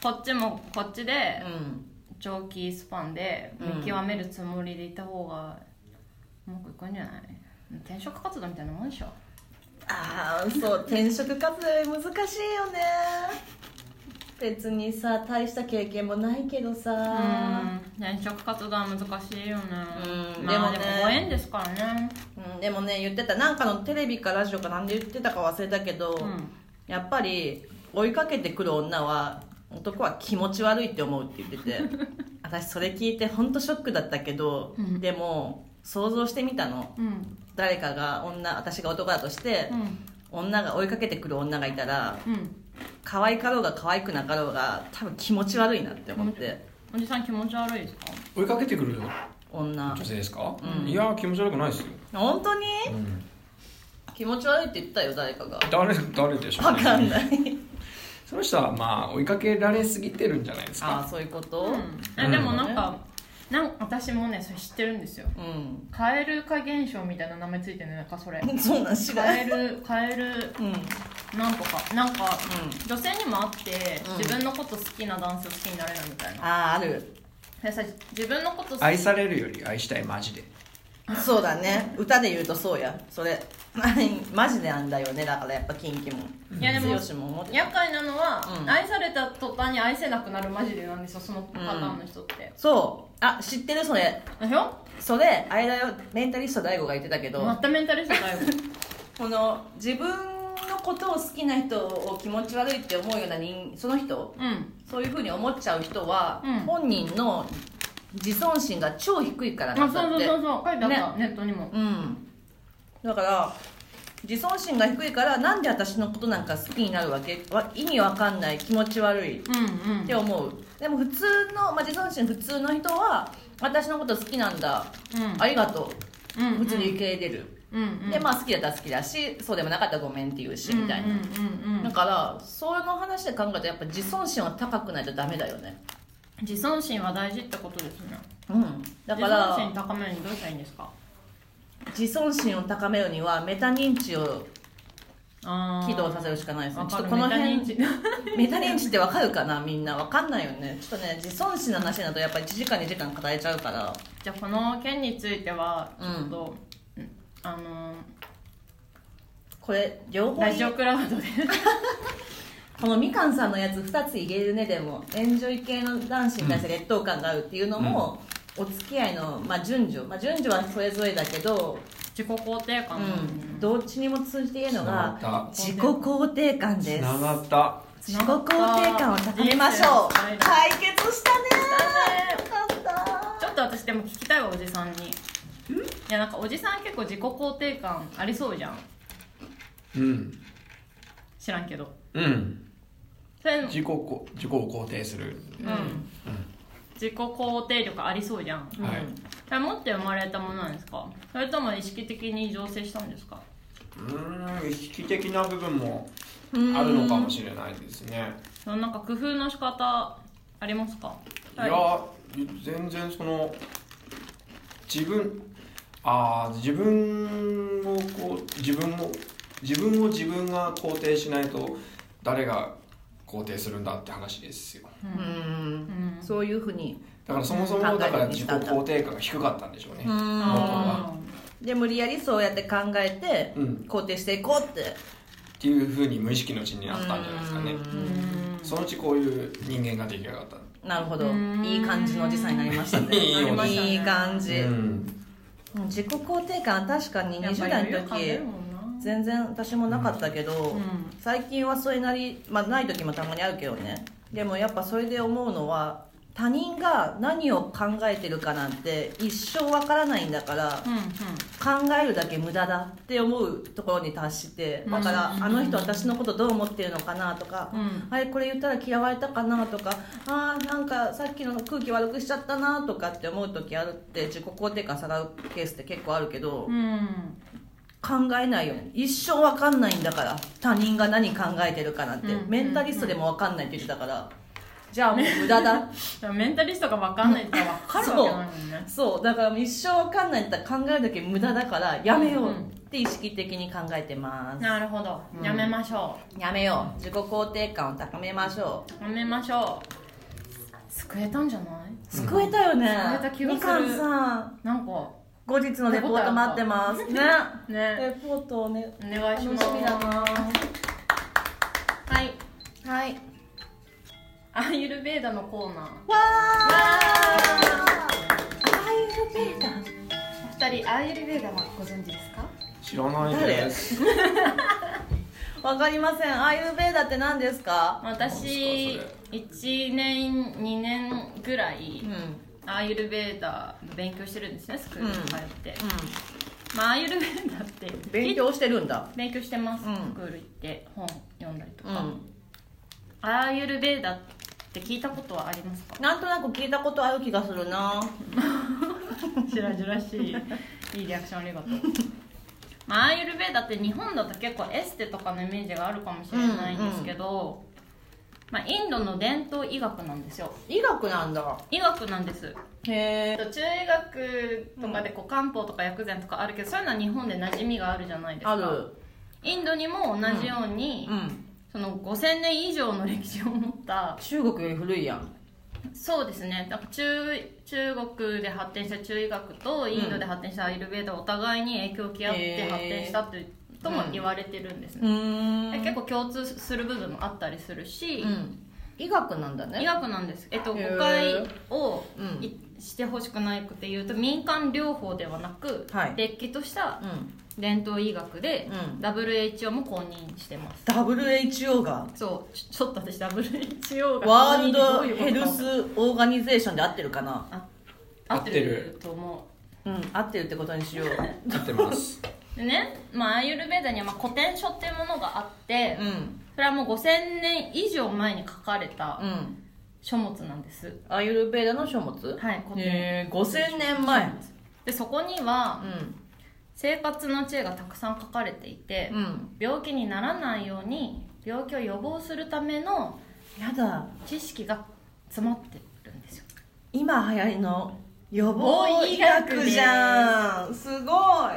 こっちもこっちでう長期スパンで見極めるつもりでいた方がうまくいくんじゃない転職活動みたいなもんでしょああそう転職活動難しいよね別にさ大した経験もないけどさうん転職活動は難しいよねうんまあででももねご縁ですからねうん、でもね言ってたなんかのテレビかラジオかなんで言ってたか忘れたけど、うんやっぱり追いかけてくる女は男は気持ち悪いって思うって言って [laughs] て私それ聞いて本当ショックだったけど、うんでも想像してみたのうん誰かが女私が男だとして、うん女が追いかけてくる女がいたらうん可愛かろうが可愛くなかろうが多分気持ち悪いなって思って、おじさん気持ち悪いですか追いかけてくる女女性ですか、いやー気持ち悪くないですよ、本当にうん、気持ち悪いって言ったよ誰かが誰誰でしょう、分かんないその人はまあ追いかけられすぎてるんじゃないで [laughs] すあかあそういうことうんえでもなんかなん私もねそれ知ってるんですようん、カエル化現象みたいな名前ついてるねなんかそれ [laughs] そうなん知らカないエルカエルうんうんなんとかなんか女性にもあって、自分のこと好きな男性を好きになれないみたいなあああるでさ自分のこと好き愛されるより愛したいマジでそうだね歌で言うとそうやそれ [laughs] マジであんだよねだからやっぱキンキもいやでも剛も思って厄介なのは、うん愛された途端に愛せなくなるマジでなんですよそのパターンの人って、そうあ知ってるそれでしょそれあれだよメンタリスト DAIGO が言ってたけど、またメンタリストだ [laughs] よこの自分のことを好きな人を気持ち悪いって思うような人その人うんそういうふうに思っちゃう人は、うん本人の自尊心が超低いからあなそんだっうそうてそうそう書いてあった、ネットにもうんだから自尊心が低いからなんで私のことなんか好きになるわけわ意味わかんない気持ち悪いっうんうんて思うでも普通の、まあ、自尊心普通の人は私のこと好きなんだうんありがとうんう普通に受け入れる、うんうんでまあ好きだったら好きだしそうでもなかったらごめんって言うしうんみたいな、うんうんうんだからそういうの話で考えたらやっぱ自尊心は高くないとダメだよね自尊心は大事ってことですねうんだか自尊ら心高めるにどうしたらいいんですか自尊心を高めるにはメタ認知をあー起動させるしかないですねわちかょっるとこの辺メタ認知メタ認知ってわかるかなみんなわかんないよねちょっとね自尊心の話だとやっぱ1時間2時間語れちゃうから [laughs] じゃあこの件についてはちょっと、うんあのこれ両方ラジオクラウドで [laughs] このみかんさんのやつ2つ入れるねでもエンジョイ系の男子に対して劣等感があるっていうのも、お付き合いの、まあ、順序、まあ、順序はそれぞれだけど、自己肯定う感の、ん、どっちにも通じて言えるのつなががった自己肯定感つですながった自己肯定感を高めましょう人生の最大解決したねよかったちょっと私でも聞きたいわおじさんにいやなんかおじさん結構自己肯定感ありそうじゃんうん知らんけどうんそれ自己こ自己を肯定する、うん、自己肯定力ありそうじゃんはいそれ持って生まれたものなんですかそれとも意識的に醸成したんですかうーん意識的な部分もあるのかもしれないですねそのなんか工夫の仕方ありますかいや全然その自分あー自分をこう自分も自分を自分が肯定しないと誰が肯定するんだって話ですよううんんそういうふうにだからそもそも考えるだからようにし自己たんだ肯定感が低かったんでしょうねん僕はあで無理やりそうやって考えて、うん肯定していこうってっていうふうに無意識のうちになったんじゃないですかねーうんそのうちこういう人間が出来上がったなるほどうんいい感じのおじさんになりましたね [laughs] いいおじさんいい感じ、ううんん自己肯定感確かにやっ20ぱ代りの余裕時感出るもんな全然私もなかったけど、ん最近はそれなり、まあ、ない時もたまにあるけどねでもやっぱそれで思うのは他人が何を考えてるかなんて一生わからないんだからうんうん考えるだけ無駄だって思うところに達してだからうんあの人私のことどう思ってるのかなとかうんあれこれ言ったら嫌われたかなとかあーなんかさっきの空気悪くしちゃったなとかって思う時あるって自己肯定感下がるケースって結構あるけどうん考えないよね一生わかんないんだから他人が何考えてるかなんてうんメンタリストでもわかんないって言ってたからじゃあもう無駄 [laughs] だでもメンタリストが分かんないって分かるわけないもんねそうだから一生わかんないんだったら考えるだけ無駄だからやめようって意識的に考えてます、なるほど、うんやめましょやめよう自己肯定感を高めましょううやめましょう救えたんじゃない救えたよね救えた気がするみかんさんなんか後日のレポート待って [laughs] ますねねポートをねお願いしますなはいはいアーユルベーダのコーナーわあアイルベーダお二人アーユルベーダはご存知ですか知らないですわかりませんアイルベーダって何ですか私なんですか1年2年ぐらい、うんうんアーユルベーダの勉強してるんですねスクールに通って、まあアーユルベーダって勉強してるんだ勉強してます、うんスクール行って本読んだりとうか、んアーユルベーダって聞いたことはあります [laughs] かなんとなく聞いたことある気がするなじらじらしいいいリアクションありがとうまあアーユルベーダって日本だと結構エステとかのイメージがあるかもしれないんですけど、まあ、インドの伝統医学なんですよ医学なんだ医学なんですへえ中医学とかでこう漢方とか薬膳とかあるけどそういうのは日本で馴染みがあるじゃないですかあるインドにも同じように、うんその5000年以上の歴史を持った中国より古いやんそうですねなんか中中国で発展した中医学とインドで発展したアイルベーダはお互いに影響を受け合っへてー発展したと,、とも言われてるんですね、んで結構共通する部分もあったりするし、うん医学なんだね医学なんです、えっと、へー誤解をうんい、してほしくないくて言うと民間療法ではなく、はいれっきとしたうん伝統医学で、うん WHO も公認してます WHO がそうちょちょっと私 WHO がワール公認ってどドういうことヘルスオーガニゼーションで合ってるかなあ合ってると思ううん合ってるってことにしよう合ってますでね、まあ、アーユルベーダにはまあ古典書っていうものがあっ [laughs] て、うんそれはもう5000年以上前に書かれたうん書物なんです、アユルベーダの書物はい古典へえ5000年前でそこにはう生活の知恵がたくさん書かれていて、んうん病気にならないように病気を予防するためのやだ知識が詰まってるんですよ今流行りの予防医学じゃんすごい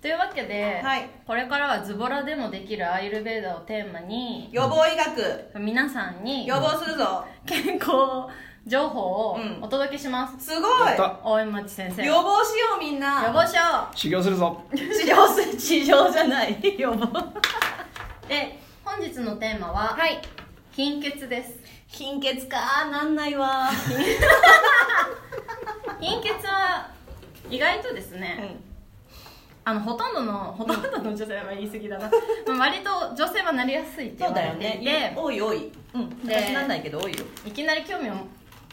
というわけで、はいこれからはズボラでもできるアーユルベーダをテーマに予防医学皆さんに予防するぞ健康情報をうんお届けします、すごいやった大井町先生予防しようみんな予防しよ修行するぞ [laughs] 治療する治療じゃない [laughs] 予防うで本日のテーマははい貧血です貧血かなんないわ貧血は意外とですね、あのほとんどのほとんどの女性は言い過ぎだな、まあ、割と女性はなりやすいってそ言うわだれよていて、ね多い多いうんで私なんないけど多いよいきなり興味を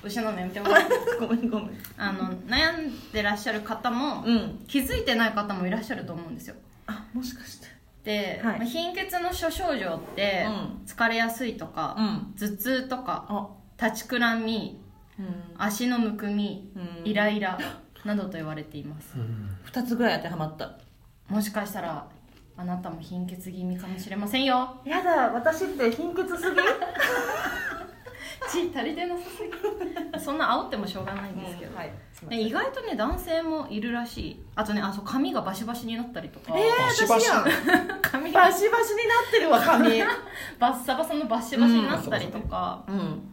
失うのやめてもら [laughs] ってごめんごめんあの悩んでらっしゃる方も、うん気づいてない方もいらっしゃると思うんですよあもしかしてで、はいまあ貧血の諸症状って、うん疲れやすいとか、うん頭痛とかあ立ちくらみうん足のむくみ、うんイライラなどと言われています、 2つぐらい当てはまったもしかしたらあなたも貧血気味かもしれませんよやだ私って貧血すぎ血足りてなさすぎそんな煽ってもしょうがないんですけど、はいね意外とね男性もいるらしいあとねあそう髪がバシバシになったりとか、えー、バシ私バシやん髪がバシバシになってるわ髪バッサバサのバシバシになったりとか、うん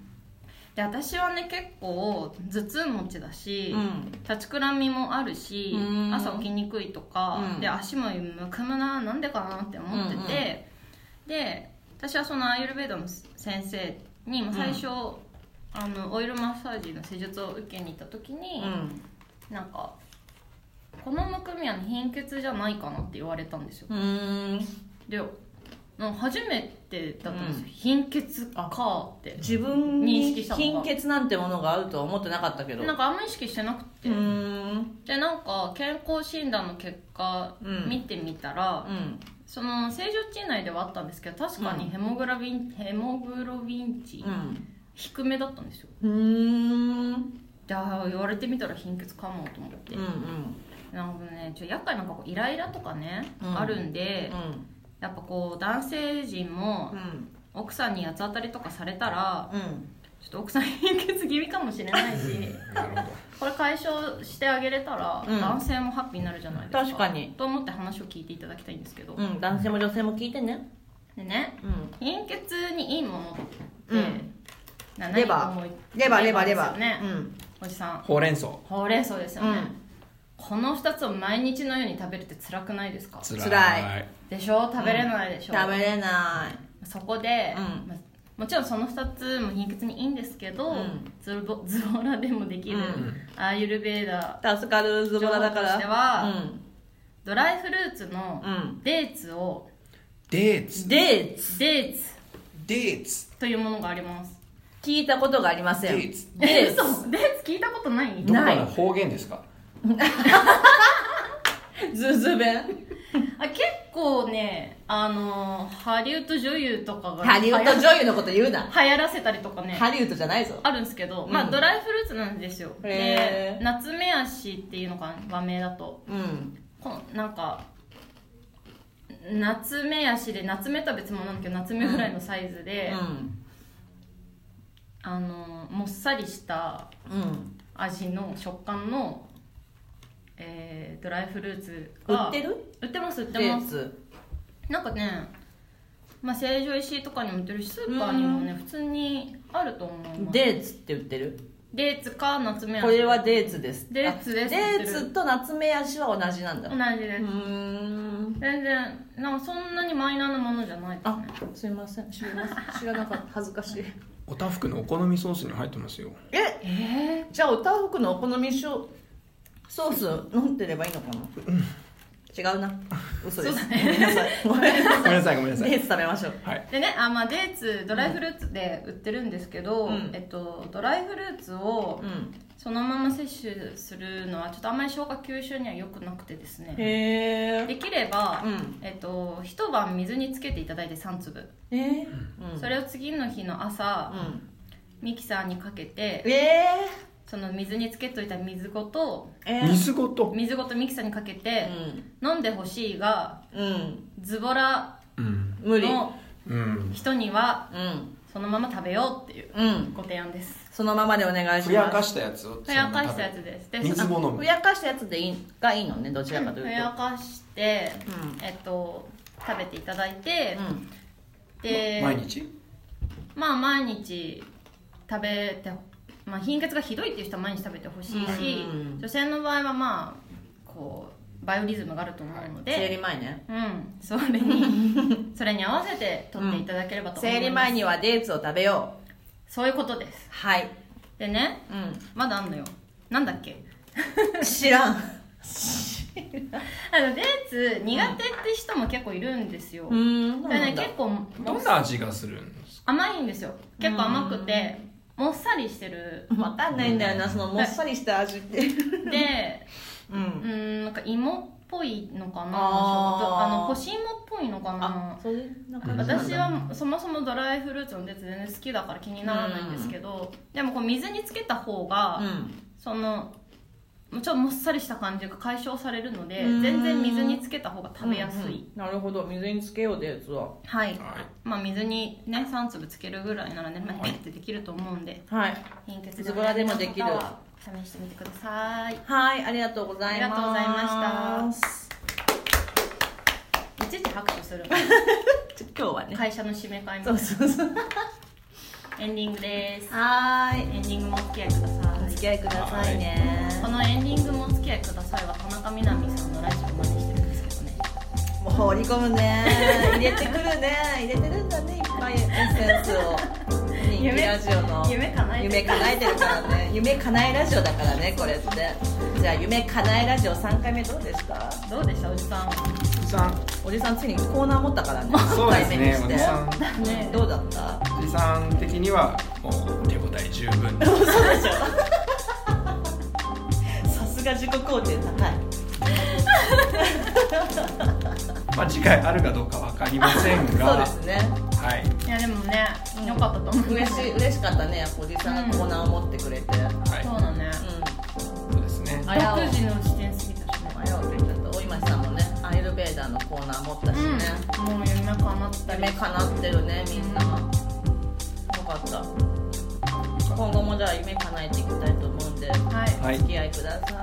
で私はね結構頭痛持ちだし、うん立ちくらみもあるしうん朝起きにくいとか、うんで足もむくむななんでかなって思ってて、うんうんで私はそのアーユルベーダの先生にまあ最初、あのオイルマッサージの施術を受けに行った時に、うんなんか「このむくみは貧血じゃないかな」って言われたんですようーんでうん、初めてだったんですよ、貧血かって自分認に識したの貧が血なんてものがあるとは思ってなかったけどなんかあんま意識してなくて、うーんでなんか健康診断の結果うん見てみたら、うんその正常値内ではあったんですけど確かにヘモグラビン、ヘモグロビン値、うん低めだったんですようーんうんであー言われてみたら貧血かもと思って、うんなんかねちょ厄介なんかこうイライラとかね、うんあるんで、うんやっぱこう男性陣もうん奥さんに八つ当たりとかされたらうんちょっと奥さん貧血気味かもしれないしなるほこれ解消してあげれたらうん男性もハッピーになるじゃないですか、確かにと思って話を聞いていただきたいんですけど、うん男性も女性も聞いてねでねうん貧血にいいものって、うんなレバー何思いレバーレバーレバですよーね、うんおじさん [laughs] ほうれん草ほうれん草ですようね、んこの2つを毎日のように食べるって辛くないですかつら辛いでしょ食べれないでしょ、食べれないそこで、うんまもちろんその2つも貧血にいいんですけど、うんズボ [laughs] ズボラでもできる、うんアーユルベーダ助かるズボラだか情報らとしてはうんドライフルーツのうんデーツをデーツデーツデーツデーツというものがあります聞いたことがありませデんーツ [laughs] デーツ嘘デーツ聞いたことないどこかなのい方言ですかズズベンあ結構ねあのハリウッド女優とか [laughs] がハリウッド女優のこと言うな流行らせたりとかねハリウッドじゃないぞあるんですけど、うんまあドライフルーツなんですよへでー夏目足っていうのかな和名だとうんこのなんか夏目足で夏目とは別物なんだけど夏目ぐらいのサイズで、あのもっさりしたうんうん味の食感の、えードライフルーツ売がってる売ってます売ってデまーすツなんかねまあ成城石井とかにも売ってるしスーパーにもね普通にあると思いますデーツって売ってるデーツか夏目足これはデーツですデーツですあデーツと夏目足は同じなんだ同うじです、ーん全然なんかそんなにマイナーなものじゃないですあねすいません知りません知らなかった恥ずかしいおたふくのお好みソースに入ってますよええじゃあおたふくのお好みソソース飲んでればいいのかな違うな嘘ですごめんなさいごめんなごめんなさいごめんなささいデいーツ食べましょうはいーでねあ、まあ、デーツドライフルーツで売ってるんですけど、うんえっと、ドライフルーツをうんそのまま摂取するのはちょっとあんまり消化吸収には良くなくてですねへえできれば、うんえっと、一晩水につけていただいて3粒、えーそれを次の日の朝、うんミキサーにかけてえその水につけといた水ごとーえー水ごと水ごとミキサーにかけて、飲んでほしいがうんうんズボラうん無理のうん人にはうんそのまま食べようっていううんご提案ですそのままでお願いしますふやかしたやつをふやかしたやつですで水そのも飲むふやかしたやつでいいがいいのねどちらかというふとやかして、うんえっと食べていただいて、うんで毎日まあ毎日食べて、まあ、貧血がひどいっていう人は毎日食べてほしいし、うん女性の場合はまあこうバイオリズムがあると思うので、生理前ねうん、そ [laughs] れにそれに合わせて取っていただければと思いま生す、理前にはデーツを食べようそういうことですはいでねうまだあんのよなんだっけん知らんあのデーツ苦手って人も結構いるんですよ、んでね結構どんな味がするんですか甘いんですよ結構甘くてもっさりしてるわかんないんだよなそのもっさりした味って [laughs] でううんんなんか芋っぽいのかなあーあの干し芋っぽいのかなそれなんか私はそもそもドライフルーツのデーツ全然好きだから気にならないんですけど、でもこう水につけた方が、うんそのちょっともっさりした感じが解消されるのでうん全然水につけた方が食べやすうんい、うんなるほど水につけようデーツははい、はいまあ水にね3粒つけるぐらいならね、まあ、ピッてできると思うんではい貧血ズボラでもできるの方は試してみてくださいはいありがとうございますありがとうございましたいちいち拍手する今の日はね [laughs] 会社の締め会みたいそうなそうそうエンディングですはーいエンディングもお付き合いくおださ付き合いくださいねいこのエンディングもお付き合いくださいは田中みな実さんのラジオを真似してるんですけどねもう放り込むね入れてくるね入れてるんだねいっぱいエッセンスを人気ラジオの夢叶えて [laughs] 夢叶えてるからね夢叶えラジオだからねこれってじゃあ夢叶えラジオ3回目どうでしたどうでしたおじさんさんおじさんついにコーナー持ったからねそうですね3回目おじにしてさんねどうだったおじさん的にはもう手応え十分そうでしょ [laughs] さすが自己肯定高いまあ次回あるかどうか分かりませ [laughs] んそうがですねはいいやでもねうん良かったと思う嬉しい嬉しかったねやっぱおじさんがコーナーを持ってくれてうんはいそうだねそうですねあれは独自の視点すぎたしね迷うべきだと大今さんもねアイルベーダーのコーナー持ったしね、うんもう夢叶ったり夢叶ってるねみんな、よかった今後もじゃあ夢叶えていきたいと思うんではいはい付き合いください付き合いくださいはい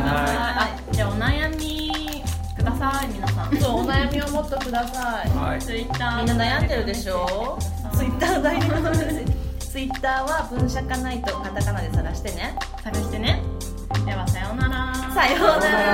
あじゃあお悩みください皆さんあそうお悩みをもっとくださいはいツイッターみんな悩んでるでしょツイッター大丈夫ですツイッターは文社化ないとカタカナで探してね探してねではさようならさようなら